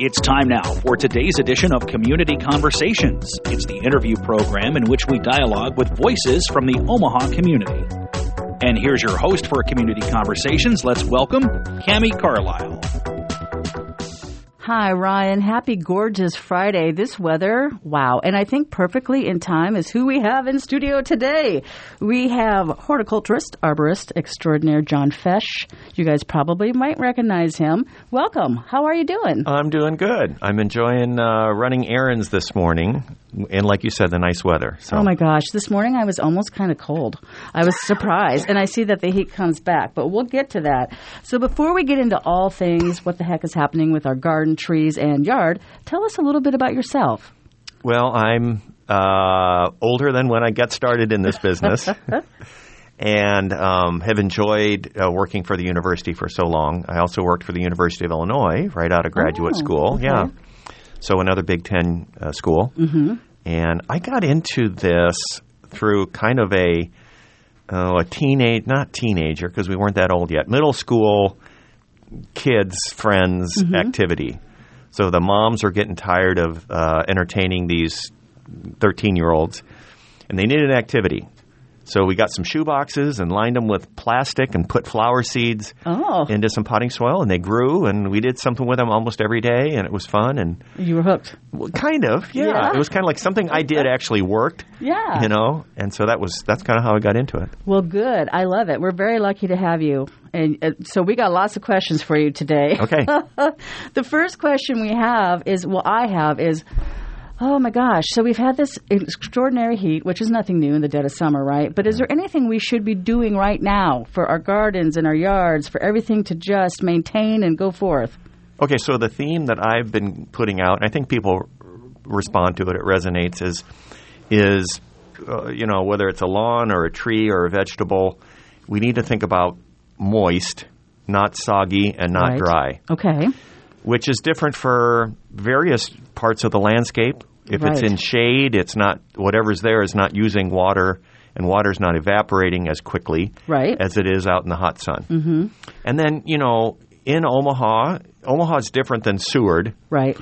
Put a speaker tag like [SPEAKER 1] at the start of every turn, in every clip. [SPEAKER 1] It's time now for today's edition of Community Conversations. It's the interview program in which we dialogue with voices from the Omaha community. And here's your host for Community Conversations. Let's welcome Cami Carlisle.
[SPEAKER 2] Hi, Ryan. Happy, gorgeous Friday. This weather, wow. And I think perfectly in time is who we have in studio today. We have horticulturist, arborist extraordinaire John Fesh. You guys probably might recognize him. Welcome. How are you doing?
[SPEAKER 3] I'm doing good. I'm enjoying uh, running errands this morning, and like you said, the nice weather. So.
[SPEAKER 2] Oh my gosh, this morning I was almost kind of cold. I was surprised, and I see that the heat comes back, but we'll get to that. So before we get into all things, what the heck is happening with our garden, trees, and yard, tell us a little bit about yourself.
[SPEAKER 3] Well, I'm uh, older than when I got started in this business. And um, have enjoyed uh, working for the university for so long. I also worked for the University of Illinois right out of graduate
[SPEAKER 2] Oh,
[SPEAKER 3] school.
[SPEAKER 2] okay.
[SPEAKER 3] Yeah. So another Big Ten uh, school. Mm-hmm. And I got into this through kind of a oh, a teenage, not teenager, because we weren't that old yet, middle school kids friends
[SPEAKER 2] Mm-hmm.
[SPEAKER 3] activity. So the moms are getting tired of uh, entertaining these thirteen year olds, and they needed an activity. So we got some shoe boxes and lined them with plastic and put flower seeds
[SPEAKER 2] Oh,
[SPEAKER 3] into some potting soil, and they grew. And we did something with them almost every day, and it was fun. And
[SPEAKER 2] you were hooked.
[SPEAKER 3] well, kind of, yeah.
[SPEAKER 2] Yeah.
[SPEAKER 3] It was kind of like something I did actually worked.
[SPEAKER 2] Yeah.
[SPEAKER 3] You know, and so that was that's kind of how I got into it.
[SPEAKER 2] Well, good. I love it. We're very lucky to have you. And uh, so we got lots of questions for you today.
[SPEAKER 3] Okay.
[SPEAKER 2] the first question we have is well, I have is oh my gosh. So we've had this extraordinary heat, which is nothing new in the dead of summer, right? But is there anything we should be doing right now for our gardens and our yards, for everything to just maintain and go forth?
[SPEAKER 3] okay, so the theme that I've been putting out, and I think people r- respond to it, it resonates is is uh, you know whether it's a lawn or a tree or a vegetable, we need to think about moist, not soggy and not
[SPEAKER 2] Right.
[SPEAKER 3] dry.
[SPEAKER 2] Okay.
[SPEAKER 3] which is different for various parts of the landscape. If it's
[SPEAKER 2] Right.
[SPEAKER 3] in shade, it's not whatever's there is not using water, and water's not evaporating as quickly
[SPEAKER 2] Right.
[SPEAKER 3] as it is out in the hot sun. Mm-hmm. And then you know, in Omaha, Omaha's different than Seward.
[SPEAKER 2] Right.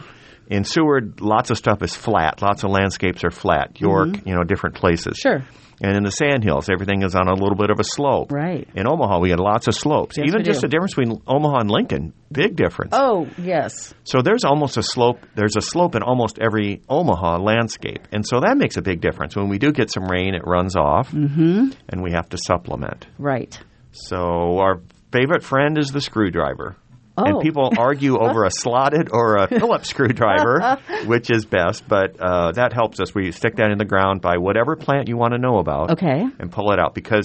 [SPEAKER 3] In Seward, lots of stuff is flat. Lots of landscapes are flat. York, you know, different places.
[SPEAKER 2] Mm-hmm. Sure.
[SPEAKER 3] And in the sand hills, everything is on a little bit of a slope.
[SPEAKER 2] Right.
[SPEAKER 3] In Omaha, we had lots of slopes.
[SPEAKER 2] Yes,
[SPEAKER 3] Even
[SPEAKER 2] we
[SPEAKER 3] just
[SPEAKER 2] do.
[SPEAKER 3] the difference between Omaha and Lincoln, big difference.
[SPEAKER 2] Oh, yes.
[SPEAKER 3] So there's almost a slope. There's a slope in almost every Omaha landscape, and so that makes a big difference. When we do get some rain, it runs off,
[SPEAKER 2] Mm-hmm.
[SPEAKER 3] and we have to supplement.
[SPEAKER 2] Right.
[SPEAKER 3] So our favorite friend is the screwdriver,
[SPEAKER 2] Oh.
[SPEAKER 3] and people argue over a slotted or a Phillips screwdriver, which is best. But uh, that helps us. We stick that in the ground by whatever plant you want to know about,
[SPEAKER 2] Okay.
[SPEAKER 3] and pull it out because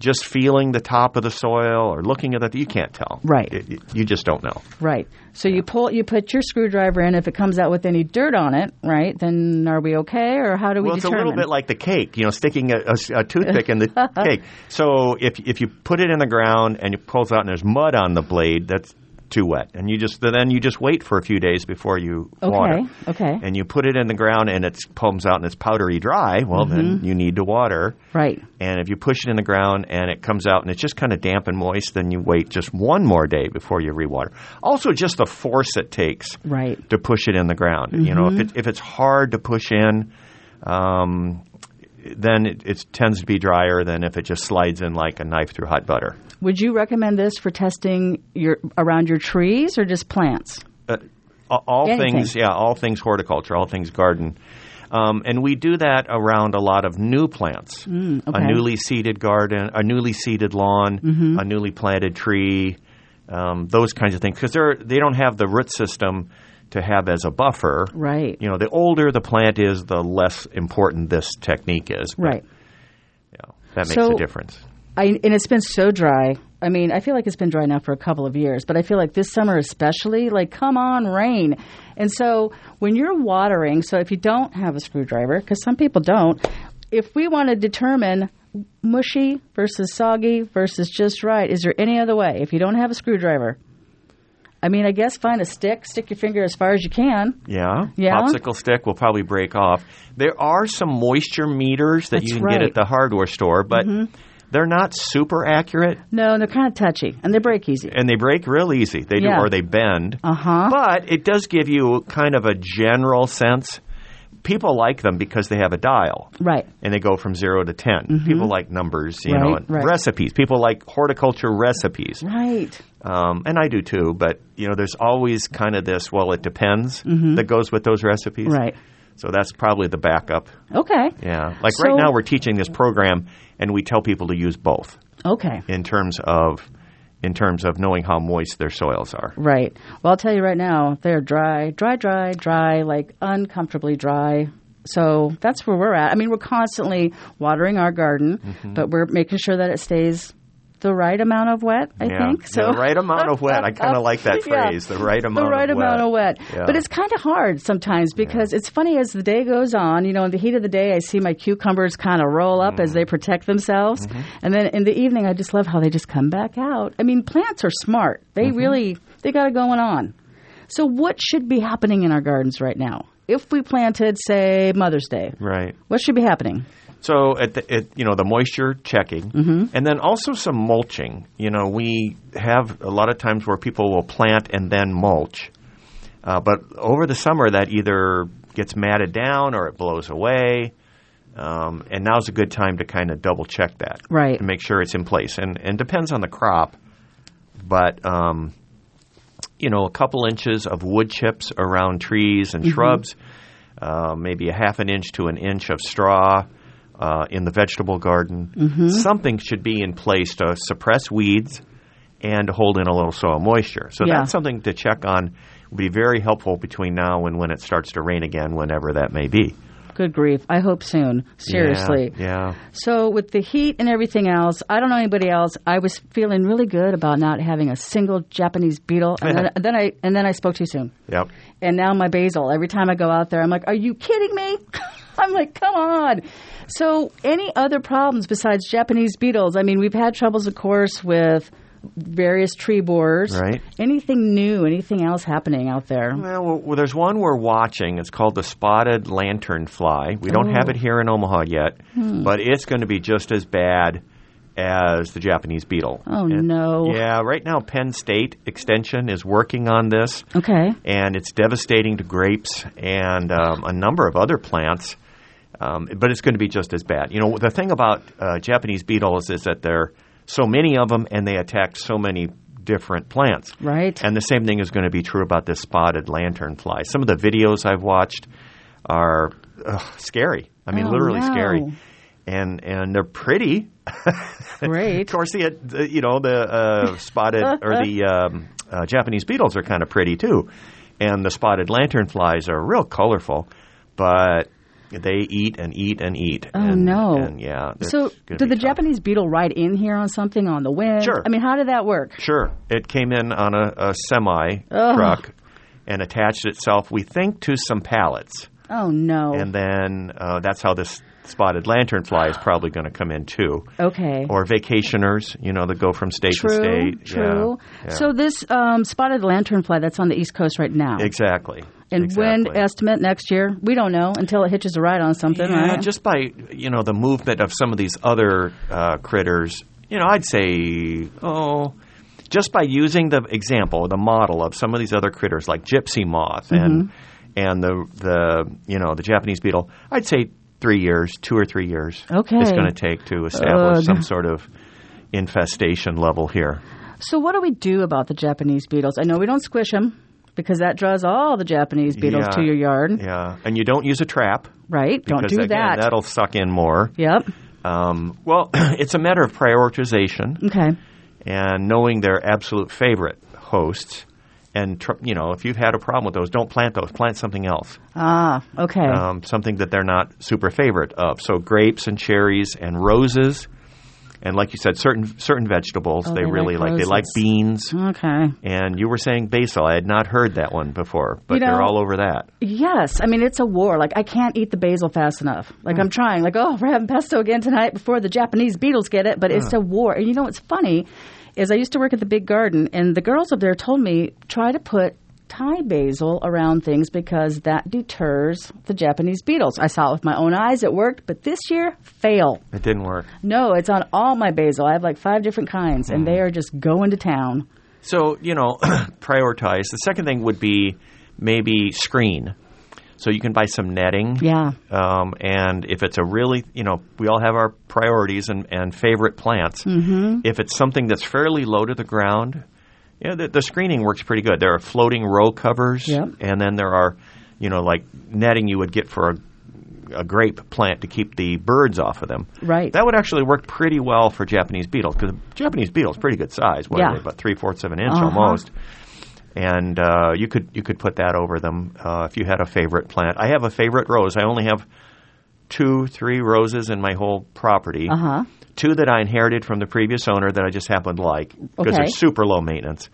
[SPEAKER 3] just feeling the top of the soil or looking at it, you can't tell.
[SPEAKER 2] Right.
[SPEAKER 3] It- it- you just don't know.
[SPEAKER 2] Right. So you pull, you put your screwdriver in. If it comes out with any dirt on it, right, then are we okay, or how do we
[SPEAKER 3] Well, it's
[SPEAKER 2] determine?
[SPEAKER 3] a little bit like the cake, you know, sticking a, a- a toothpick in the cake. So if if you put it in the ground and it pulls out and there's mud on the blade, that's too wet, and you just then you just wait for a few days before you
[SPEAKER 2] Okay,
[SPEAKER 3] water.
[SPEAKER 2] okay.
[SPEAKER 3] And you put it in the ground and it comes out and it's powdery dry. Well, then you need to water.
[SPEAKER 2] right.
[SPEAKER 3] And if you push it in the ground and it comes out and it's just kind of damp and moist, then you wait just one more day before you rewater. Also, just the force it takes
[SPEAKER 2] Right.
[SPEAKER 3] to push it in the ground. You know, if it, if it's hard to push in, um, then it, it tends to be drier than if it just slides in like a knife through hot butter.
[SPEAKER 2] Would you recommend this for testing your around your trees or just plants?
[SPEAKER 3] A- All
[SPEAKER 2] Anything.
[SPEAKER 3] things, yeah, all things horticulture, all things garden. Um, and we do that around a lot of new plants,
[SPEAKER 2] Mm, okay.
[SPEAKER 3] a newly seeded garden, a newly seeded lawn,
[SPEAKER 2] Mm-hmm.
[SPEAKER 3] a newly planted tree, um, those kinds of things, because they're they don't have the root system to have as a buffer.
[SPEAKER 2] Right.
[SPEAKER 3] You know, the older the plant is, the less important this technique is. but,
[SPEAKER 2] Right.
[SPEAKER 3] you know, that makes
[SPEAKER 2] So-
[SPEAKER 3] a difference.
[SPEAKER 2] I, and it's been so dry. I mean, I feel like it's been dry now for a couple of years, but I feel like this summer especially, like, come on, rain. And so when you're watering, so if you don't have a screwdriver, because some people don't, if we want to determine mushy versus soggy versus just right, is there any other way? If you don't have a screwdriver, I mean, I guess find a stick, stick your finger as far as you can.
[SPEAKER 3] Yeah.
[SPEAKER 2] Yeah?
[SPEAKER 3] Popsicle stick will probably break off. There are some moisture meters that
[SPEAKER 2] That's
[SPEAKER 3] you can get
[SPEAKER 2] right. Mm-hmm.
[SPEAKER 3] at the hardware store, but They're not super accurate,
[SPEAKER 2] No, they're kind of touchy and they break easy.
[SPEAKER 3] and they break real easy. They
[SPEAKER 2] Yeah.
[SPEAKER 3] do, or they bend.
[SPEAKER 2] Uh-huh.
[SPEAKER 3] But it does give you kind of a general sense. People like them because they have a dial.
[SPEAKER 2] Right.
[SPEAKER 3] and they go from zero to 10 People like numbers, you know,
[SPEAKER 2] Mm-hmm. Right,
[SPEAKER 3] and
[SPEAKER 2] right.
[SPEAKER 3] recipes. People like horticulture recipes,
[SPEAKER 2] Right.
[SPEAKER 3] um, and I do too. But you know, there's always kind of this. Well, it depends that goes with those recipes,
[SPEAKER 2] Mm-hmm. Right.
[SPEAKER 3] So that's probably the backup.
[SPEAKER 2] Okay.
[SPEAKER 3] Yeah, like
[SPEAKER 2] So-
[SPEAKER 3] right now we're teaching this program, and we tell people to use both
[SPEAKER 2] Okay.
[SPEAKER 3] in terms of in terms of knowing how moist their soils are.
[SPEAKER 2] Right. Well, I'll tell you right now, they're dry, dry, dry, dry, like uncomfortably dry. So that's where we're at. I mean, we're constantly watering our garden,
[SPEAKER 3] Mm-hmm.
[SPEAKER 2] but we're making sure that it stays the right amount of wet, I
[SPEAKER 3] yeah,
[SPEAKER 2] think. So
[SPEAKER 3] the right amount of wet. I kind of like that
[SPEAKER 2] Yeah.
[SPEAKER 3] phrase. The right amount.
[SPEAKER 2] the right
[SPEAKER 3] of
[SPEAKER 2] amount
[SPEAKER 3] wet.
[SPEAKER 2] of wet.
[SPEAKER 3] Yeah.
[SPEAKER 2] But it's kind of hard sometimes because it's funny as the day goes on, you know, in the heat of the day, I see my cucumbers kind of roll up
[SPEAKER 3] Mm-hmm.
[SPEAKER 2] as they protect themselves. And then in the evening, I just love how they just come back out. I mean, plants are smart. They
[SPEAKER 3] Mm-hmm.
[SPEAKER 2] really, they got it going on. So what should be happening in our gardens right now? If we planted, say, Mother's Day,
[SPEAKER 3] Right.
[SPEAKER 2] what should be happening?
[SPEAKER 3] So at the at, you know the moisture checking, and then also some mulching. You know we have a lot of times where people will plant and then mulch, uh, but over the summer that either gets matted down or it blows away, um, and now's a good time to kind of double check that,
[SPEAKER 2] Right.
[SPEAKER 3] To make sure it's in place, and and depends on the crop, but um, you know a couple inches of wood chips around trees and shrubs uh, maybe a half an inch to an inch of straw uh, in the vegetable garden.
[SPEAKER 2] Mm-hmm.
[SPEAKER 3] Something should be in place to suppress weeds and to hold in a little soil moisture. So
[SPEAKER 2] Yeah.
[SPEAKER 3] that's something to check on. Would be very helpful between now and when it starts to rain again, whenever that may be.
[SPEAKER 2] Good grief. I hope soon. Seriously.
[SPEAKER 3] Yeah. yeah.
[SPEAKER 2] So with the heat and everything else, I don't know anybody else. I was feeling really good about not having a single Japanese beetle, and then, and then I and then I spoke too soon.
[SPEAKER 3] Yep.
[SPEAKER 2] And now my basil. Every time I go out there, I'm like, "Are you kidding me?" I'm like, "Come on." So any other problems besides Japanese beetles? I mean, we've had troubles, of course, with various tree borers.
[SPEAKER 3] Right. Mm.
[SPEAKER 2] Anything new? Anything else happening out there?
[SPEAKER 3] Well, well, there's one we're watching. It's called the spotted lantern fly. We
[SPEAKER 2] Oh.
[SPEAKER 3] don't have it here in Omaha yet,
[SPEAKER 2] Hmm.
[SPEAKER 3] but it's going to be just as bad as the Japanese beetle.
[SPEAKER 2] Oh no.
[SPEAKER 3] Yeah, right now Penn State Extension is working on this,
[SPEAKER 2] Okay.
[SPEAKER 3] and it's devastating to grapes and um, a number of other plants. Um, but it's going to be just as bad. You know, the thing about uh, Japanese beetles is that there are so many of them, and they attack so many different plants.
[SPEAKER 2] Right.
[SPEAKER 3] And the same thing is going to be true about this spotted lanternfly. Some of the videos I've watched are ugh, scary. I mean,
[SPEAKER 2] Oh,
[SPEAKER 3] literally
[SPEAKER 2] no.
[SPEAKER 3] scary. And and they're pretty,
[SPEAKER 2] Great.
[SPEAKER 3] of course, the, uh, the you know the uh, spotted or the um, uh, Japanese beetles are kind of pretty too, and the spotted lanternflies are real colorful, but they eat and eat and eat.
[SPEAKER 2] Oh
[SPEAKER 3] and,
[SPEAKER 2] no!
[SPEAKER 3] And yeah. that's
[SPEAKER 2] So, did
[SPEAKER 3] gonna be
[SPEAKER 2] the
[SPEAKER 3] tough.
[SPEAKER 2] Japanese beetle ride in here on something on the wind?
[SPEAKER 3] Sure.
[SPEAKER 2] I mean, how did that work?
[SPEAKER 3] Sure, it came in on a, a semi
[SPEAKER 2] Ugh.
[SPEAKER 3] truck and attached itself, we think, to some pallets,
[SPEAKER 2] Oh no.
[SPEAKER 3] and then uh, that's how this spotted lanternfly is probably going to come in too.
[SPEAKER 2] okay.
[SPEAKER 3] Or vacationers, you know, that go from state to
[SPEAKER 2] true.
[SPEAKER 3] state. Yeah,
[SPEAKER 2] True.
[SPEAKER 3] yeah.
[SPEAKER 2] So this um, spotted lanternfly that's on the east coast right now,
[SPEAKER 3] Exactly.
[SPEAKER 2] and
[SPEAKER 3] exactly.
[SPEAKER 2] wind estimate next year, we don't know until it hitches a ride on something.
[SPEAKER 3] Yeah,
[SPEAKER 2] right?
[SPEAKER 3] just by you know the movement of some of these other uh, critters, you know, I'd say oh, just by using the example, the model of some of these other critters like gypsy moth and
[SPEAKER 2] Mm-hmm.
[SPEAKER 3] and the the you know the Japanese beetle, I'd say three years, two or three years.
[SPEAKER 2] Okay.
[SPEAKER 3] it's going to take to establish
[SPEAKER 2] Ugh.
[SPEAKER 3] some sort of infestation level here.
[SPEAKER 2] so what do we do about the Japanese beetles? I know we don't squish them because that draws all the Japanese beetles
[SPEAKER 3] Yeah.
[SPEAKER 2] to your yard,
[SPEAKER 3] Yeah, and you don't use a trap.
[SPEAKER 2] right? Don't
[SPEAKER 3] because,
[SPEAKER 2] do
[SPEAKER 3] again,
[SPEAKER 2] that.
[SPEAKER 3] That'll suck in more.
[SPEAKER 2] Yep.
[SPEAKER 3] Um, well, it's a matter of prioritization.
[SPEAKER 2] Okay.
[SPEAKER 3] and knowing their absolute favorite hosts. And tr- you know, if you've had a problem with those, don't plant those. Plant something else,
[SPEAKER 2] Ah. Okay.
[SPEAKER 3] um, something that they're not super favorite of. So grapes and cherries and roses, and like you said, certain certain vegetables
[SPEAKER 2] Oh,
[SPEAKER 3] they,
[SPEAKER 2] they
[SPEAKER 3] really
[SPEAKER 2] like
[SPEAKER 3] like. They like
[SPEAKER 2] roses. Hmm.
[SPEAKER 3] beans.
[SPEAKER 2] okay.
[SPEAKER 3] And you were saying basil. I had not heard that one before, but
[SPEAKER 2] You know-
[SPEAKER 3] they're all over that.
[SPEAKER 2] Yes, I mean it's a war. Like I can't eat the basil fast enough. Like I'm trying. Like oh, we're having pesto again tonight before the Japanese beetles get it. But it's a war. And you know what's funny is I used to work at the Big Garden, and the girls up there told me try to put tie basil around things because that deters the Japanese beetles. I saw it with my own eyes. It worked, but this year, fail.
[SPEAKER 3] It didn't work.
[SPEAKER 2] No, it's on all my basil. I have like five different kinds, and they are just going to town.
[SPEAKER 3] So, you know, prioritize. The second thing would be maybe screen. So you can buy some netting.
[SPEAKER 2] Yeah.
[SPEAKER 3] Um, and if it's a really, you know, we all have our priorities and, and favorite plants. Mm-hmm. If it's something that's fairly low to the ground, yeah, the, the screening works pretty good. There are floating row covers,
[SPEAKER 2] Yep.
[SPEAKER 3] and then there are, you know, like netting you would get for a, a grape plant to keep the birds off of them.
[SPEAKER 2] Right.
[SPEAKER 3] That would actually work pretty well for Japanese beetles because Japanese beetles pretty good size. What are
[SPEAKER 2] Yeah.
[SPEAKER 3] they? About three fourths of an inch
[SPEAKER 2] Uh-huh.
[SPEAKER 3] almost. And uh, you could you could put that over them uh, if you had a favorite plant. I have a favorite rose. I only have two, three roses in my whole property.
[SPEAKER 2] Uh-huh.
[SPEAKER 3] Two that I inherited from the previous owner that I just happened to like because
[SPEAKER 2] Okay.
[SPEAKER 3] they're super low maintenance.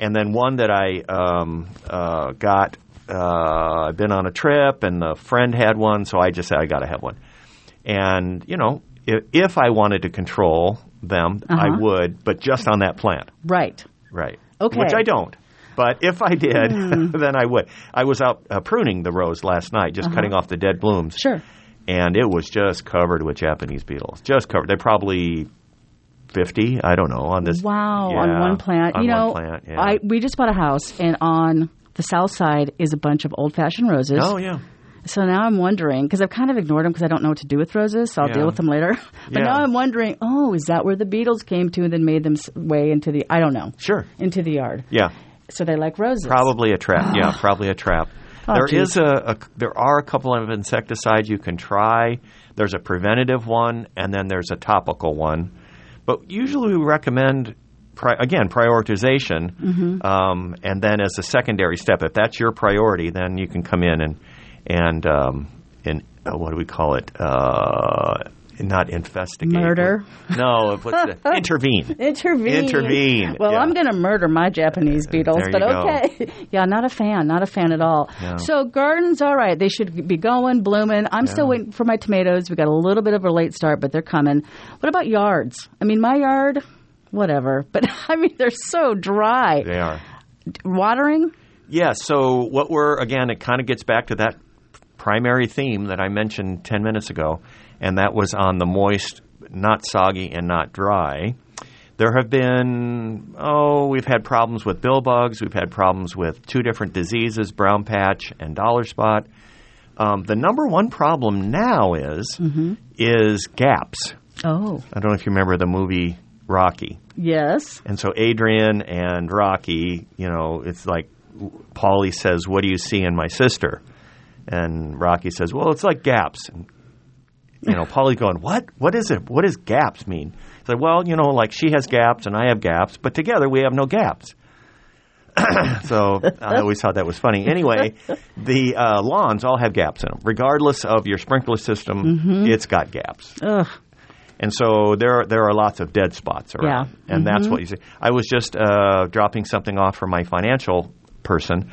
[SPEAKER 3] And then one that I um, uh, got, uh, I've been on a trip and the friend had one, so I just said, I got to have one. And, you know, if, if I wanted to control them,
[SPEAKER 2] Uh-huh.
[SPEAKER 3] I would, but just on that plant.
[SPEAKER 2] Right.
[SPEAKER 3] Right.
[SPEAKER 2] Okay. Hmm.
[SPEAKER 3] Which I don't. But if I did, then I would. I was out uh, pruning the rose last night, just cutting off the dead blooms.
[SPEAKER 2] Uh-huh. Sure.
[SPEAKER 3] And it was just covered with Japanese beetles. Just covered. They're probably 50, I don't know, on this.
[SPEAKER 2] Wow,
[SPEAKER 3] Yeah,
[SPEAKER 2] on one plant.
[SPEAKER 3] on
[SPEAKER 2] you
[SPEAKER 3] one
[SPEAKER 2] know,
[SPEAKER 3] plant, yeah.
[SPEAKER 2] I we just bought a house and on the south side is a bunch of old-fashioned roses.
[SPEAKER 3] Oh, yeah.
[SPEAKER 2] So now I'm wondering because I've kind of ignored them because I don't know what to do with roses, so I'll
[SPEAKER 3] Yeah.
[SPEAKER 2] deal with them later. but
[SPEAKER 3] Yeah.
[SPEAKER 2] now I'm wondering, oh, is that where the beetles came to and then made them s- way into the I don't know,
[SPEAKER 3] Sure.
[SPEAKER 2] into the yard.
[SPEAKER 3] Yeah.
[SPEAKER 2] So they like roses.
[SPEAKER 3] Probably a trap. yeah, probably a trap.
[SPEAKER 2] Oh,
[SPEAKER 3] There is
[SPEAKER 2] geez.
[SPEAKER 3] a, a there are a couple of insecticides you can try. There's a preventative one, and then there's a topical one. But usually we recommend pri- again prioritization,
[SPEAKER 2] Mm-hmm.
[SPEAKER 3] um, and then as a secondary step, if that's your priority, then you can come in and and um, and uh, what do we call it? Uh, not investigate.
[SPEAKER 2] Murder.
[SPEAKER 3] but- No, what's the, intervene.
[SPEAKER 2] Intervene.
[SPEAKER 3] Intervene,
[SPEAKER 2] Well,
[SPEAKER 3] yeah.
[SPEAKER 2] I'm going to murder my Japanese beetles,
[SPEAKER 3] there you
[SPEAKER 2] but
[SPEAKER 3] go.
[SPEAKER 2] okay. yeah, not a fan. Not a fan at all.
[SPEAKER 3] Yeah.
[SPEAKER 2] So gardens, all right. They should be going, blooming. I'm still waiting for my tomatoes. We got a little bit of a late start, but they're coming. What about yards? I mean, my yard, whatever. But I mean, they're so dry.
[SPEAKER 3] They are.
[SPEAKER 2] Watering?
[SPEAKER 3] Yeah, so what we're, again, it kind of gets back to that primary theme that I mentioned 10 minutes ago, and that was on the moist, not soggy, and not dry. There have been, oh, we've had problems with bill bugs, we've had problems with two different diseases, brown patch and dollar spot. Um, the number one problem now is is gaps.
[SPEAKER 2] Oh,
[SPEAKER 3] I don't know if you remember the movie Rocky.
[SPEAKER 2] yes.
[SPEAKER 3] And so Adrian and Rocky, you know, it's like Paulie says, "What do you see in my sister?" And Rocky says, "Well, it's like gaps." And, you know, Paulie's going, "What? What is it? What does gaps mean?" It's like, "Well, you know, like she has gaps and I have gaps, but together we have no gaps." so I always thought that was funny. Anyway, the uh, lawns all have gaps in them, regardless of your sprinkler system. It's got gaps.
[SPEAKER 2] Mm-hmm. Ugh.
[SPEAKER 3] And so there are, there are lots of dead spots around.
[SPEAKER 2] Yeah. Mm-hmm.
[SPEAKER 3] And that's what you see. I was just uh, dropping something off for my financial person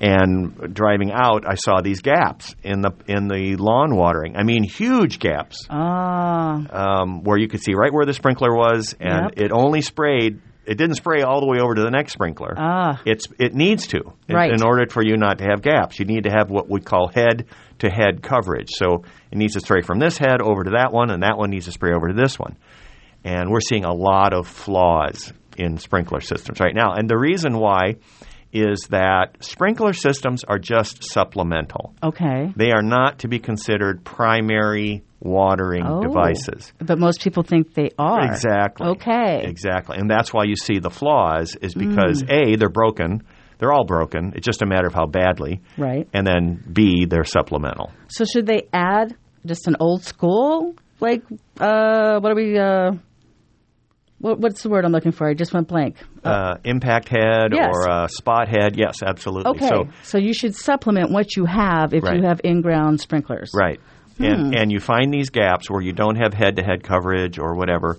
[SPEAKER 3] and driving out I saw these gaps in the in the lawn watering. I mean huge gaps
[SPEAKER 2] Ah,
[SPEAKER 3] um, where you could see right where the sprinkler was and
[SPEAKER 2] Yep.
[SPEAKER 3] it only sprayed it didn't spray all the way over to the next sprinkler.
[SPEAKER 2] Ah.
[SPEAKER 3] It's it needs to in-
[SPEAKER 2] Right.
[SPEAKER 3] in order for you not to have gaps. You need to have what we call head to head coverage. So it needs to spray from this head over to that one, and that one needs to spray over to this one. And we're seeing a lot of flaws in sprinkler systems right now. And the reason why is that sprinkler systems are just supplemental.
[SPEAKER 2] okay.
[SPEAKER 3] They are not to be considered primary watering
[SPEAKER 2] Oh.
[SPEAKER 3] devices.
[SPEAKER 2] But most people think they are.
[SPEAKER 3] Exactly.
[SPEAKER 2] Okay. Mm.
[SPEAKER 3] Exactly. And that's why you see the flaws is because A, they're broken. They're all broken. It's just a matter of how badly.
[SPEAKER 2] Right.
[SPEAKER 3] And then B, they're supplemental.
[SPEAKER 2] So should they add just an old school like uh what are we uh what, what's the word I'm looking for? I just went blank.
[SPEAKER 3] Uh, impact head
[SPEAKER 2] Oh. Yes.
[SPEAKER 3] or uh, spot head. Yes, absolutely.
[SPEAKER 2] Okay, so,
[SPEAKER 3] So,
[SPEAKER 2] you should supplement what you have if
[SPEAKER 3] Right.
[SPEAKER 2] you have in-ground sprinklers.
[SPEAKER 3] right.
[SPEAKER 2] Hmm.
[SPEAKER 3] And, and you find these gaps where you don't have head to head coverage or whatever.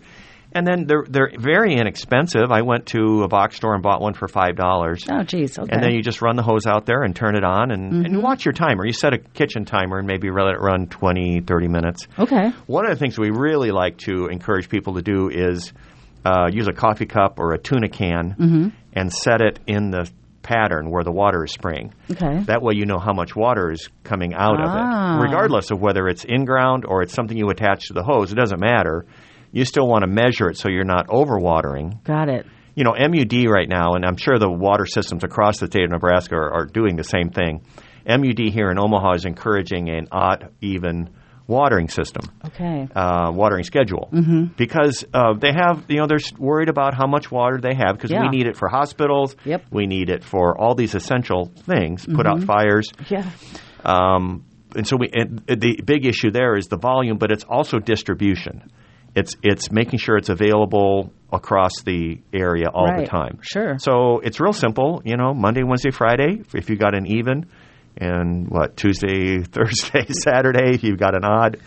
[SPEAKER 3] And then they're, they're very inexpensive. I went to a box store and bought one for $5.
[SPEAKER 2] Oh, geez. Okay.
[SPEAKER 3] And then you just run the hose out there and turn it on and, and you watch your timer. You set a kitchen timer and maybe let it run 20, 30 minutes.
[SPEAKER 2] okay.
[SPEAKER 3] One of the things we really like to encourage people to do is uh, use a coffee cup or a tuna can and set it in the pattern where the water is spraying.
[SPEAKER 2] Okay.
[SPEAKER 3] That way you know how much water is coming out
[SPEAKER 2] Ah.
[SPEAKER 3] of it. Regardless of whether it's in ground or it's something you attach to the hose, it doesn't matter. You still want to measure it so you're not overwatering.
[SPEAKER 2] Got it.
[SPEAKER 3] You know, MUD right now, and I'm sure the water systems across the state of Nebraska are, are doing the same thing. MUD here in Omaha is encouraging an odd, even watering system
[SPEAKER 2] Okay.
[SPEAKER 3] uh, watering schedule
[SPEAKER 2] Mm-hmm.
[SPEAKER 3] because uh, they have you know they're s- worried about how much water they have because
[SPEAKER 2] Yeah.
[SPEAKER 3] we need it for hospitals.
[SPEAKER 2] Yep. Mm-hmm.
[SPEAKER 3] We need it for all these essential things. Put out fires.
[SPEAKER 2] Yeah.
[SPEAKER 3] Um, and so we and uh, the big issue there is the volume, but it's also distribution. It's it's making sure it's available across the area all
[SPEAKER 2] Right.
[SPEAKER 3] the time.
[SPEAKER 2] Sure.
[SPEAKER 3] So it's real simple, you know, Monday, Wednesday, Friday, if- if you got an even, and what Tuesday, Thursday, Saturday, if you've got an odd,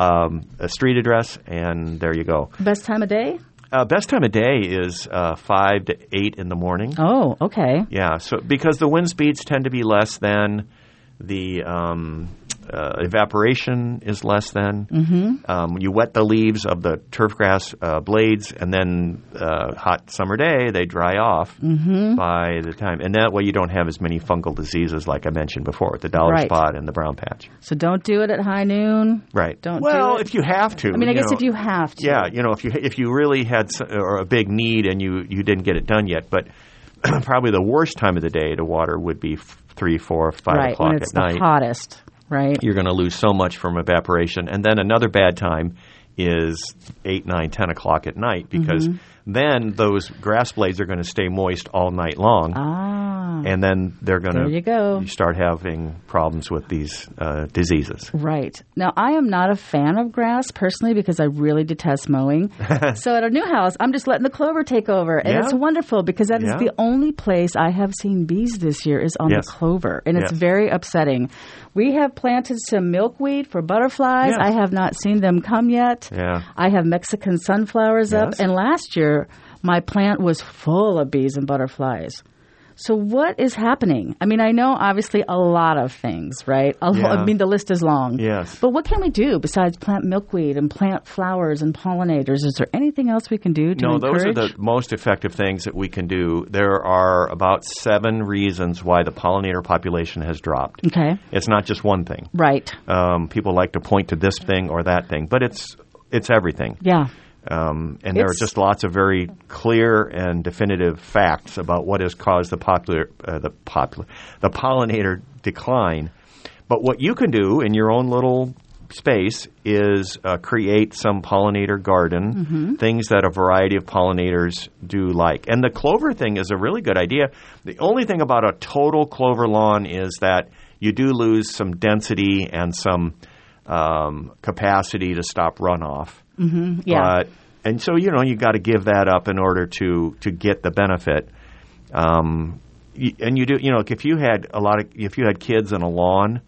[SPEAKER 3] um, a street address, and there you go.
[SPEAKER 2] Best time of day?
[SPEAKER 3] Uh, best time of day is uh, five to eight in the morning.
[SPEAKER 2] Oh, okay.
[SPEAKER 3] Yeah, so because the wind speeds tend to be less than the um, uh, evaporation is less than. Mm-hmm. Um, you wet the leaves of the turf grass uh, blades, and then uh, hot summer day they dry off
[SPEAKER 2] Mm-hmm.
[SPEAKER 3] by the time, and that way you don't have as many fungal diseases like I mentioned before, the dollar
[SPEAKER 2] Right.
[SPEAKER 3] spot and the brown patch.
[SPEAKER 2] So don't do it at high noon.
[SPEAKER 3] Right.
[SPEAKER 2] Don't do
[SPEAKER 3] well,
[SPEAKER 2] it.
[SPEAKER 3] if you have to.
[SPEAKER 2] I mean, I
[SPEAKER 3] you
[SPEAKER 2] guess
[SPEAKER 3] know.
[SPEAKER 2] if you have to.
[SPEAKER 3] Yeah, you know, if you if you really had s- or a big need and you you didn't get it done yet, but probably the worst time of the day to water would be f- three, four, five
[SPEAKER 2] Right.
[SPEAKER 3] o'clock
[SPEAKER 2] When it's
[SPEAKER 3] at
[SPEAKER 2] the
[SPEAKER 3] night.
[SPEAKER 2] hottest. Right.
[SPEAKER 3] You're going to lose so much from evaporation, and then another bad time is eight, nine, ten o'clock at night because
[SPEAKER 2] Mm-hmm.
[SPEAKER 3] then those grass blades are going to stay moist all night long,
[SPEAKER 2] Ah.
[SPEAKER 3] and then they're going
[SPEAKER 2] There
[SPEAKER 3] to
[SPEAKER 2] you go.
[SPEAKER 3] start having problems with these uh, diseases.
[SPEAKER 2] Right. Now, I am not a fan of grass personally because I really detest mowing. so at our new house, I'm just letting the clover take over. And
[SPEAKER 3] Yeah.
[SPEAKER 2] it's wonderful because that is
[SPEAKER 3] Yeah.
[SPEAKER 2] the only place I have seen bees this year is on
[SPEAKER 3] Yes.
[SPEAKER 2] the clover. And it's
[SPEAKER 3] Yes.
[SPEAKER 2] very upsetting. We have planted some milkweed for butterflies.
[SPEAKER 3] Yes.
[SPEAKER 2] I have not seen them come yet.
[SPEAKER 3] Yeah.
[SPEAKER 2] I have Mexican sunflowers up.
[SPEAKER 3] Yes.
[SPEAKER 2] And last year, my plant was full of bees and butterflies. So what is happening? I mean, I know obviously a lot of things, right? A lo- I
[SPEAKER 3] Yeah.
[SPEAKER 2] mean, the list is long.
[SPEAKER 3] Yes.
[SPEAKER 2] But what can we do besides plant milkweed and plant flowers and pollinators? Is there anything else we can do to
[SPEAKER 3] no,
[SPEAKER 2] encourage?
[SPEAKER 3] those are the most effective things that we can do. There are about seven reasons why the pollinator population has dropped.
[SPEAKER 2] okay.
[SPEAKER 3] It's not just one thing.
[SPEAKER 2] Right.
[SPEAKER 3] Um, people like to point to this thing or that thing, but it's it's everything.
[SPEAKER 2] Yeah.
[SPEAKER 3] Um, and there are
[SPEAKER 2] It's-
[SPEAKER 3] just lots of very clear and definitive facts about what has caused the popular uh, the popular the pollinator decline. But what you can do in your own little space is uh, create some pollinator garden, things that a variety of pollinators do like. And the clover thing is a really good idea. The only thing about a total clover lawn is that you do lose some density and some um, capacity to stop runoff.
[SPEAKER 2] Yeah.
[SPEAKER 3] But and so you know you got to give that up in order to to get the benefit. Um, y- and you do you know if you had a lot of if you had kids and a lawn,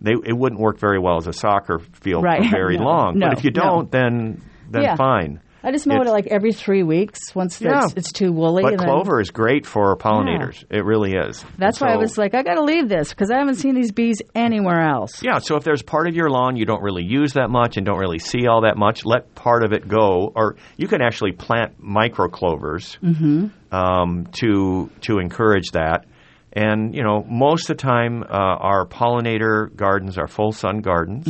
[SPEAKER 3] they it wouldn't work very well as a soccer field
[SPEAKER 2] Right.
[SPEAKER 3] for very
[SPEAKER 2] No.
[SPEAKER 3] long.
[SPEAKER 2] No.
[SPEAKER 3] But if you
[SPEAKER 2] No.
[SPEAKER 3] don't, then then
[SPEAKER 2] Yeah.
[SPEAKER 3] fine.
[SPEAKER 2] I just mow it
[SPEAKER 3] it's-
[SPEAKER 2] like every three weeks once the-
[SPEAKER 3] Yeah.
[SPEAKER 2] it's, it's too woolly.
[SPEAKER 3] But
[SPEAKER 2] and then-
[SPEAKER 3] clover is great for pollinators. It really is.
[SPEAKER 2] That's
[SPEAKER 3] And
[SPEAKER 2] why I
[SPEAKER 3] so-
[SPEAKER 2] was like, I got to leave this because I haven't seen these bees anywhere else.
[SPEAKER 3] Yeah, so if there's part of your lawn you don't really use that much and don't really see all that much, let part of it go, or you can actually plant micro clovers um, to to encourage that. And you know, most of the time, uh, our pollinator gardens are full sun gardens.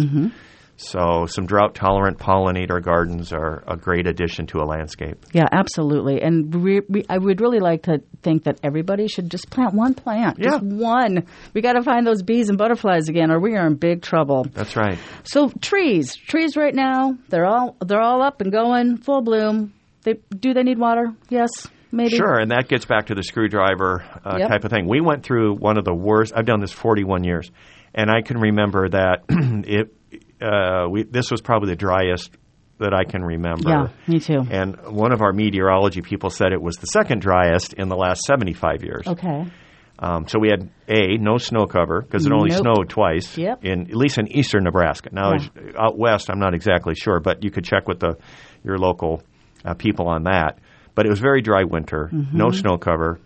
[SPEAKER 3] So some drought tolerant pollinator gardens are a great addition to a landscape.
[SPEAKER 2] Yeah, absolutely. And we, we, I would really like to think that everybody should just plant one plant, just
[SPEAKER 3] Yeah.
[SPEAKER 2] one. We got to find those bees and butterflies again, or we are in big trouble.
[SPEAKER 3] That's right.
[SPEAKER 2] So trees, trees right now, they're all they're all up and going, full bloom. They do they need water? Yes, maybe.
[SPEAKER 3] Sure, and that gets back to the screwdriver uh,
[SPEAKER 2] Yep.
[SPEAKER 3] type of thing. We went through one of the worst. I've done this 41 years, and I can remember that it. Uh, we, this was probably the driest that I can remember.
[SPEAKER 2] Yeah, me too.
[SPEAKER 3] And one of our meteorology people said it was the second driest in the last 75 years.
[SPEAKER 2] Okay.
[SPEAKER 3] Um, so we had a no snow cover because it only
[SPEAKER 2] Nope.
[SPEAKER 3] snowed twice
[SPEAKER 2] Yep.
[SPEAKER 3] in at least in eastern Nebraska. Now
[SPEAKER 2] Yeah.
[SPEAKER 3] as- out west, I'm not exactly sure, but you could check with the your local uh, people on that. But it was very dry winter,
[SPEAKER 2] Mm-hmm.
[SPEAKER 3] no snow cover,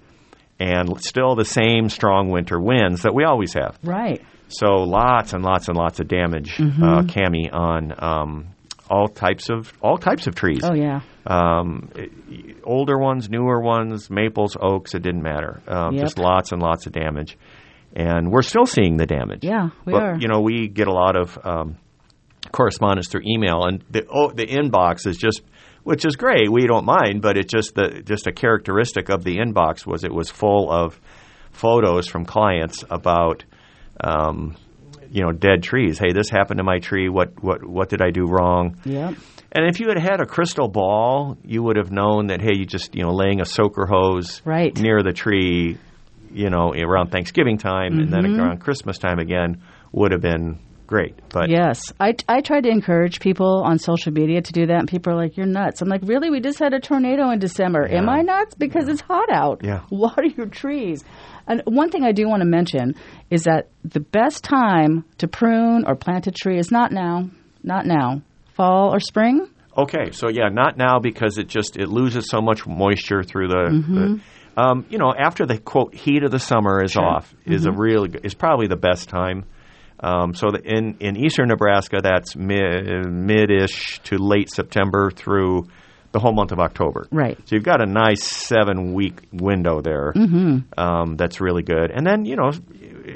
[SPEAKER 3] and still the same strong winter winds that we always have.
[SPEAKER 2] Right. Mm-hmm.
[SPEAKER 3] So lots and lots and lots of damage, uh, Cami, on um, all types of all types of trees.
[SPEAKER 2] Oh yeah.
[SPEAKER 3] Um, e- older ones, newer ones, maples, oaks. It didn't matter. Um,
[SPEAKER 2] Yep.
[SPEAKER 3] Just lots and lots of damage, and we're still seeing the damage.
[SPEAKER 2] Yeah, we
[SPEAKER 3] but,
[SPEAKER 2] are.
[SPEAKER 3] You know, we get a lot of um, correspondence through email, and the oh, the inbox is just. Which is great. We don't mind, but it's just the just a characteristic of the inbox was it was full of photos from clients about um, you know dead trees. Hey, this happened to my tree. What what what did I do wrong?
[SPEAKER 2] Yep.
[SPEAKER 3] And if you had had a crystal ball, you would have known that hey, you just you know laying a soaker hose
[SPEAKER 2] Right.
[SPEAKER 3] near the tree, you know around Thanksgiving time and then around Christmas time again would have been great. But
[SPEAKER 2] Yes. I, I try to encourage people on social media to do that, and people are like, you're nuts. I'm like, really? We just had a tornado in December. Am
[SPEAKER 3] Yeah.
[SPEAKER 2] I nuts? Because it's hot out.
[SPEAKER 3] Yeah.
[SPEAKER 2] Water your trees. And one thing I do want to mention is that the best time to prune or plant a tree is not now, not now, fall or spring.
[SPEAKER 3] okay, so yeah, not now because it just it loses so much moisture through the. the- um, you know, after the quote heat of the summer is off, is a really g- is probably the best time. Um, so the, in in eastern Nebraska, that's mid mid-ish to late September through the whole month of October.
[SPEAKER 2] Right.
[SPEAKER 3] So you've got a nice seven week window there
[SPEAKER 2] Mm-hmm.
[SPEAKER 3] um, that's really good. And then, you know,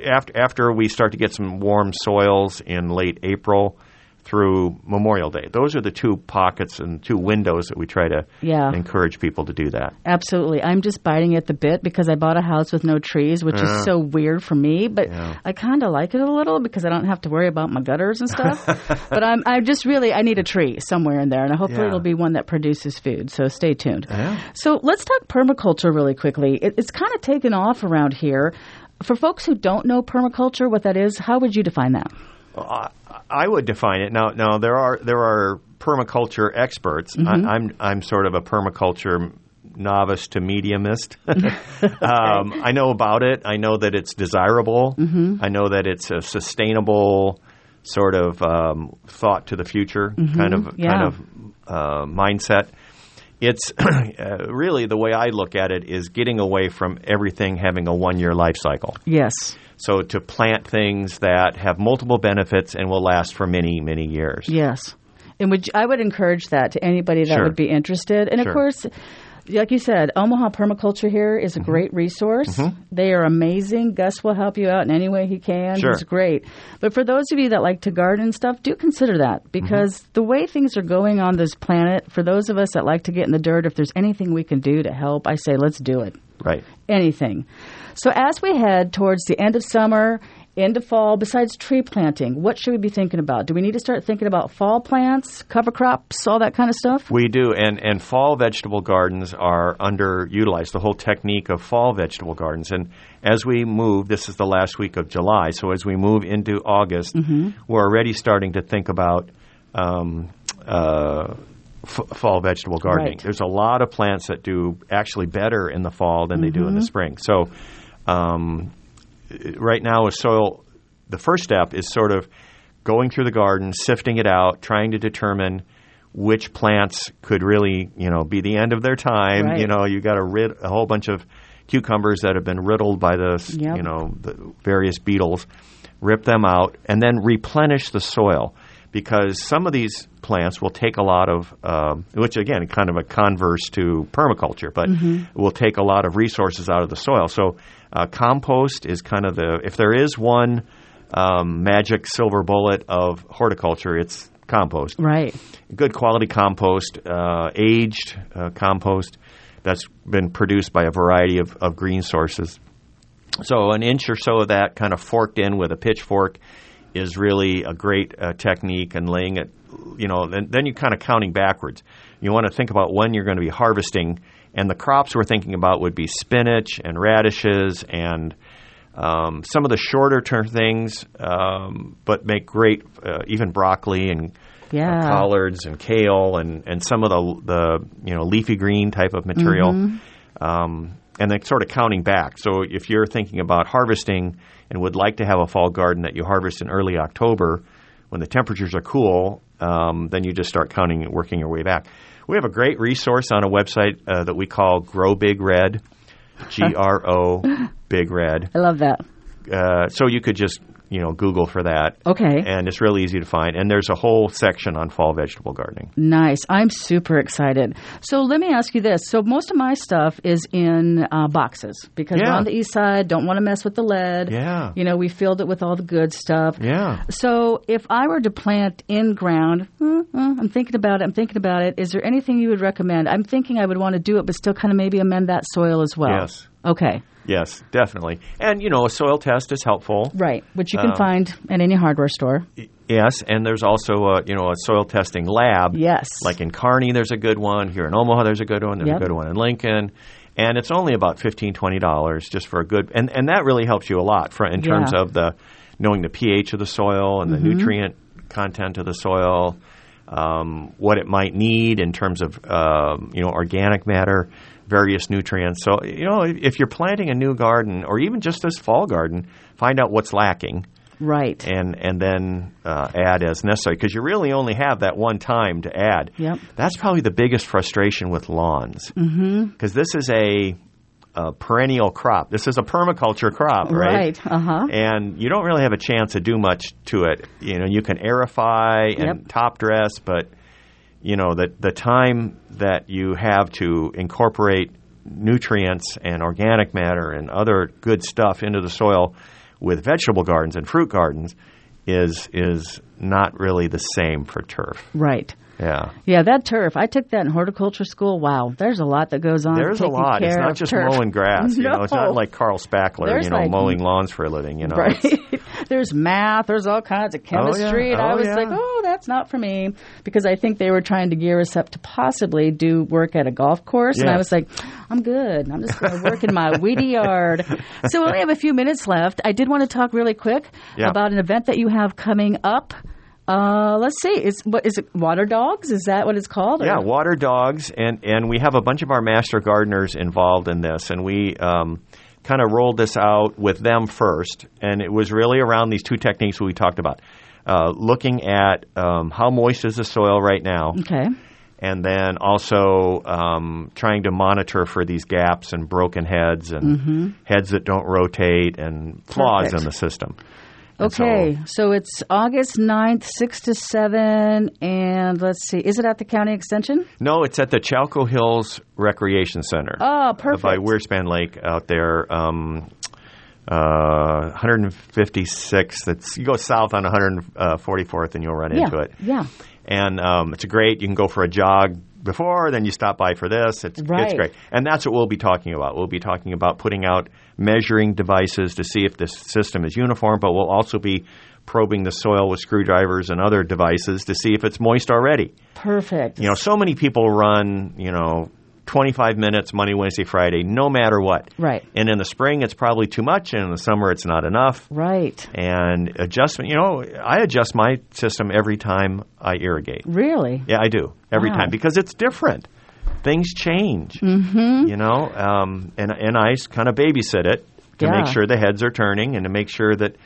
[SPEAKER 3] after, after we start to get some warm soils in late April through Memorial Day, those are the two pockets and two windows that we try to
[SPEAKER 2] Yeah.
[SPEAKER 3] encourage people to do that.
[SPEAKER 2] Absolutely. I'm just biting at the bit because I bought a house with no trees, which is so weird for me, but
[SPEAKER 3] Yeah.
[SPEAKER 2] I kind of like it a little because I don't have to worry about my gutters and stuff. but I'm I just really I need a tree somewhere in there and hopefully
[SPEAKER 3] Yeah.
[SPEAKER 2] it'll be one that produces food. So stay tuned. So let's talk permaculture really quickly. It, it's kind of taken off around here. For folks who don't know permaculture, what that is, how would you define that?
[SPEAKER 3] I, I would define it now. Now there are there are permaculture experts. I, I'm I'm sort of a permaculture novice to mediumist. um, I know about it. I know that it's desirable. I know that it's a sustainable sort of um, thought to the future kind of kind
[SPEAKER 2] yeah.
[SPEAKER 3] of uh, mindset. It's uh, really the way I look at it is getting away from everything having a one year life cycle.
[SPEAKER 2] Yes.
[SPEAKER 3] So to plant things that have multiple benefits and will last for many, many years.
[SPEAKER 2] Yes. And would you- I would encourage that to anybody that
[SPEAKER 3] Sure.
[SPEAKER 2] would be interested. And
[SPEAKER 3] Sure.
[SPEAKER 2] of course, like you said, Omaha Permaculture here is
[SPEAKER 3] Mm-hmm.
[SPEAKER 2] a great resource. They are amazing. Gus will help you out in any way he can.
[SPEAKER 3] Sure.
[SPEAKER 2] He's great. But for those of you that like to garden and stuff, do consider
[SPEAKER 3] Mm-hmm.
[SPEAKER 2] that because the way things are going on this planet, for those of us that like to get in the dirt, if there's anything we can do to help, I say let's do it
[SPEAKER 3] Right.
[SPEAKER 2] anything. So as we head towards the end of summer, end of fall, besides tree planting, what should we be thinking about? Do we need to start thinking about fall plants, cover crops, all that kind of stuff?
[SPEAKER 3] We do, and and fall vegetable gardens are underutilized. The whole technique of fall vegetable gardens, and as we move, this is the last week of July. So as we move into August, we're already starting to think about um, uh, f- fall vegetable gardening.
[SPEAKER 2] Right.
[SPEAKER 3] There's a lot of plants that do actually better in the fall than they do in the spring. So um, right now is soil. The first step is sort of going through the garden, sifting it out, trying to determine which plants could really, you know, be the end of their time.
[SPEAKER 2] Right.
[SPEAKER 3] You know, you got a rid a whole bunch of cucumbers that have been riddled by the, s-
[SPEAKER 2] Yep.
[SPEAKER 3] you know, the various beetles. Rip them out and then replenish the soil because some of these plants will take a lot of, um, which again, kind of a converse to permaculture, but will take a lot of resources out of the soil. So uh, compost is kind of the, if there is one um, magic silver bullet of horticulture, it's compost
[SPEAKER 2] Right.
[SPEAKER 3] good quality compost, uh, aged uh, compost that's been produced by a variety of, of green sources. So, an inch or so of that kind of forked in with a pitchfork is really a great uh, technique and laying it, you know, then, then you're kind of counting backwards. You want to think about when you're going to be harvesting, and the crops we're thinking about would be spinach and radishes and um, some of the shorter term things, um, but make great, uh, even broccoli and uh,
[SPEAKER 2] Yeah.
[SPEAKER 3] collards and kale and, and some of the the you know leafy green type of material, um, and then sort of counting back. So if you're thinking about harvesting and would like to have a fall garden that you harvest in early October, when the temperatures are cool, um, then you just start counting and working your way back. We have a great resource on a website uh, that we call Grow Big Red, G R O Big Red
[SPEAKER 2] I love that.
[SPEAKER 3] uh, so you could just you know Google for that.
[SPEAKER 2] Okay.
[SPEAKER 3] And it's real easy to find. And there's a whole section on fall vegetable gardening.
[SPEAKER 2] Nice. I'm super excited. So let me ask you this. So most of my stuff is in uh, boxes because
[SPEAKER 3] Yeah.
[SPEAKER 2] we're on the east side. Don't want to mess with the lead.
[SPEAKER 3] Yeah.
[SPEAKER 2] You know, we filled it with all the good stuff.
[SPEAKER 3] Yeah.
[SPEAKER 2] So if I were to plant in ground, uh, uh, I'm thinking about it. I'm thinking about it. Is there anything you would recommend? I'm thinking I would want to do it, but still kind of maybe amend that soil as well.
[SPEAKER 3] Yes.
[SPEAKER 2] Okay.
[SPEAKER 3] Yes, definitely. And you know, a soil test is helpful.
[SPEAKER 2] Right. Which you can
[SPEAKER 3] Um,
[SPEAKER 2] find at any hardware store.
[SPEAKER 3] Yes, and there's also a, you know a soil testing lab.
[SPEAKER 2] Yes.
[SPEAKER 3] Like in Kearney, there's a good one. Here in Omaha, there's a good one. There's
[SPEAKER 2] Yep.
[SPEAKER 3] a good one in Lincoln. And it's only about $15, $20 just for a good and, and that really helps you a lot for, in terms
[SPEAKER 2] Yeah. Mm-hmm.
[SPEAKER 3] of the knowing the pH of the soil and the nutrient content of the soil, um, what it might need in terms of um, you know organic matter, various nutrients. So you know if, if you're planting a new garden or even just this fall garden, find out what's lacking
[SPEAKER 2] Right.
[SPEAKER 3] and and then uh, add as necessary because you really only have that one time to add.
[SPEAKER 2] Yep.
[SPEAKER 3] That's probably the biggest frustration with lawns because
[SPEAKER 2] Mm-hmm.
[SPEAKER 3] this is a, a perennial crop. This is a permaculture crop, right?
[SPEAKER 2] Right. Uh-huh.
[SPEAKER 3] And you don't really have a chance to do much to it. You know, you can aerify and
[SPEAKER 2] Yep.
[SPEAKER 3] top dress, but you know the the time that you have to incorporate nutrients and organic matter and other good stuff into the soil with vegetable gardens and fruit gardens is is not really the same for turf.
[SPEAKER 2] Right.
[SPEAKER 3] Yeah.
[SPEAKER 2] Yeah, that turf. I took that in horticulture school. Wow, there's a lot that goes on.
[SPEAKER 3] There's a
[SPEAKER 2] taking
[SPEAKER 3] lot. It's
[SPEAKER 2] care
[SPEAKER 3] not
[SPEAKER 2] of
[SPEAKER 3] just
[SPEAKER 2] turf.
[SPEAKER 3] mowing grass. You know, it's not
[SPEAKER 2] No.
[SPEAKER 3] like Carl Spackler,
[SPEAKER 2] There's
[SPEAKER 3] you know,
[SPEAKER 2] like-
[SPEAKER 3] mowing lawns for a living, you know.
[SPEAKER 2] Right. there's math. There's all kinds of chemistry. And I
[SPEAKER 3] Oh,
[SPEAKER 2] was
[SPEAKER 3] yeah.
[SPEAKER 2] like, oh, that's not for me because I think they were trying to gear us up to possibly do work at a golf course. And
[SPEAKER 3] Yeah.
[SPEAKER 2] I was like, I'm good. I'm just going to work in my weedy yard. So we only have a few minutes left. I did want to talk really quick
[SPEAKER 3] Yeah.
[SPEAKER 2] about an event that you have coming up. Uh, let's see. Is what is it? Water dogs? Is that what it's called? Or-
[SPEAKER 3] Yeah, water dogs, and and we have a bunch of our master gardeners involved in this, and we um, kind of rolled this out with them first, and it was really around these two techniques we talked about, uh, looking at um, how moist is the soil right now,
[SPEAKER 2] Okay.
[SPEAKER 3] and then also um, trying to monitor for these gaps and broken heads and heads that don't rotate and
[SPEAKER 2] Mm-hmm.
[SPEAKER 3] flaws
[SPEAKER 2] Perfect.
[SPEAKER 3] in the system. And so-
[SPEAKER 2] Okay, so, it's August 9th, 6 to 7, and let's see, is it at the county extension?
[SPEAKER 3] No, it's at the Chalco Hills Recreation Center.
[SPEAKER 2] Oh,
[SPEAKER 3] By
[SPEAKER 2] perfect.
[SPEAKER 3] Weirspan Lake out there. Um, uh, 156. That's you go south on 144th and you'll run
[SPEAKER 2] yeah,
[SPEAKER 3] into it.
[SPEAKER 2] yeah,
[SPEAKER 3] And um, it's great. You can go for a jog before, then you stop by for this. It's
[SPEAKER 2] Right.
[SPEAKER 3] it's great. And that's what we'll be talking about. We'll be talking about putting out measuring devices to see if this system is uniform, but we'll also be probing the soil with screwdrivers and other devices to see if it's moist already
[SPEAKER 2] perfect.
[SPEAKER 3] you know, so many people run, you know, 25 minutes Monday, Wednesday, Friday, no matter what.
[SPEAKER 2] Right.
[SPEAKER 3] And in the spring, it's probably too much, and in the summer, it's not enough.
[SPEAKER 2] Right,
[SPEAKER 3] And adjustment, you know, I adjust my system every time I irrigate.
[SPEAKER 2] really?
[SPEAKER 3] Yeah, I do every
[SPEAKER 2] Wow.
[SPEAKER 3] time because it's different. Things change, mm-hmm. you know, um, and and I kind of babysit it to
[SPEAKER 2] Yeah.
[SPEAKER 3] make sure the heads are turning and to make sure that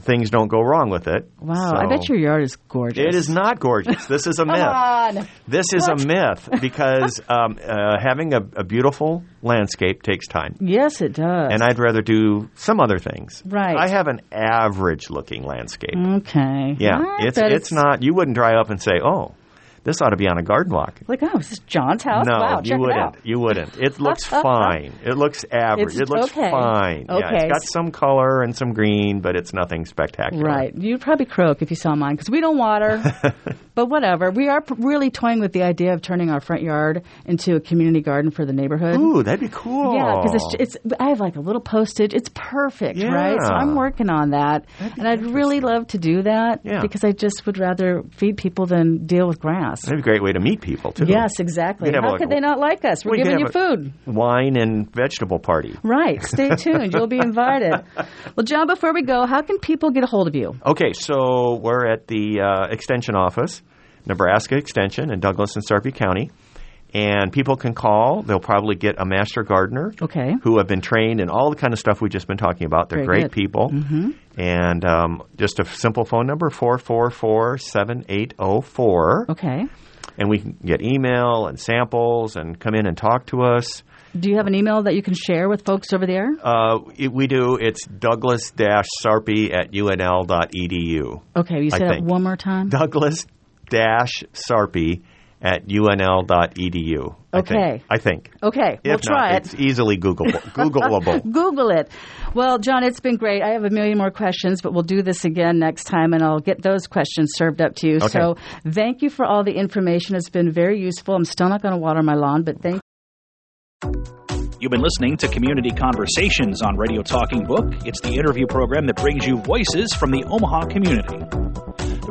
[SPEAKER 3] things don't go wrong with it.
[SPEAKER 2] Wow,
[SPEAKER 3] So-
[SPEAKER 2] I bet your yard is gorgeous.
[SPEAKER 3] It is not gorgeous. This is a myth.
[SPEAKER 2] Come on.
[SPEAKER 3] This is a myth because um, uh, having a, a beautiful landscape takes time.
[SPEAKER 2] Yes, it does.
[SPEAKER 3] And I'd rather do some other things.
[SPEAKER 2] Right. Mm,
[SPEAKER 3] I have an average looking landscape.
[SPEAKER 2] okay.
[SPEAKER 3] Yeah.
[SPEAKER 2] I
[SPEAKER 3] It's,
[SPEAKER 2] bet
[SPEAKER 3] it's not, you wouldn't dry up and say, oh, this ought to be on a garden walk.
[SPEAKER 2] Like, oh, is this John's house?
[SPEAKER 3] no,
[SPEAKER 2] wow,
[SPEAKER 3] you
[SPEAKER 2] check
[SPEAKER 3] wouldn't.
[SPEAKER 2] it out.
[SPEAKER 3] You wouldn't. It looks fine. It looks average.
[SPEAKER 2] It's
[SPEAKER 3] it looks
[SPEAKER 2] okay.
[SPEAKER 3] fine. Yeah, it's
[SPEAKER 2] Okay.
[SPEAKER 3] got some color and some green, but it's nothing spectacular.
[SPEAKER 2] Right. You'd probably croak if you saw mine because we don't water. but whatever. We are p- really toying with the idea of turning our front yard into a community garden for the neighborhood.
[SPEAKER 3] Ooh, that'd be cool.
[SPEAKER 2] Yeah, because it's, it's I have like a little postage. It's perfect, right? So
[SPEAKER 3] Yeah.
[SPEAKER 2] I'm working on that, and I'd really love to do that
[SPEAKER 3] Yeah.
[SPEAKER 2] because I just would rather feed people than deal with grass.
[SPEAKER 3] That'd be a great way to meet people, too.
[SPEAKER 2] Yes, exactly.
[SPEAKER 3] You'd have,
[SPEAKER 2] How
[SPEAKER 3] like,
[SPEAKER 2] could they not like us? We're
[SPEAKER 3] we could
[SPEAKER 2] giving you
[SPEAKER 3] have a-
[SPEAKER 2] food.
[SPEAKER 3] Wine and vegetable party.
[SPEAKER 2] Right. Stay tuned. You'll be invited. Well, John, before we go, how can people get a hold of you?
[SPEAKER 3] Okay, so we're at the uh, Extension office, Nebraska Extension in Douglas and Sarpy County, and people can call. They'll probably get a master gardener
[SPEAKER 2] Okay.
[SPEAKER 3] who have been trained in all the kind of stuff we've just been talking about. They're
[SPEAKER 2] Very
[SPEAKER 3] great
[SPEAKER 2] good.
[SPEAKER 3] people. Mm-hmm. And um, just a simple phone number, 444 7804.
[SPEAKER 2] Okay.
[SPEAKER 3] and we can get email and samples and come in and talk to us.
[SPEAKER 2] Do you have an email that you can share with folks over there?
[SPEAKER 3] Uh, it- we do. It's douglas sarpy at E unl.edu.
[SPEAKER 2] Okay, you
[SPEAKER 3] I
[SPEAKER 2] said it
[SPEAKER 3] think.
[SPEAKER 2] one more time.
[SPEAKER 3] Douglas sarpy at unl.edu. E I think.
[SPEAKER 2] Okay.
[SPEAKER 3] I think.
[SPEAKER 2] Okay, we'll
[SPEAKER 3] if
[SPEAKER 2] try
[SPEAKER 3] not,
[SPEAKER 2] it.
[SPEAKER 3] It's easily Googleable. Googleable.
[SPEAKER 2] Google it. Well, John, it's been great. I have a million more questions, but we'll do this again next time and I'll get those questions served up to you.
[SPEAKER 3] Okay.
[SPEAKER 2] So thank you for all the information. It's been very useful. I'm still not going to water my lawn, but thank
[SPEAKER 1] You've been listening to Community Conversations on Radio Talking Book. It's the interview program that brings you voices from the Omaha community. The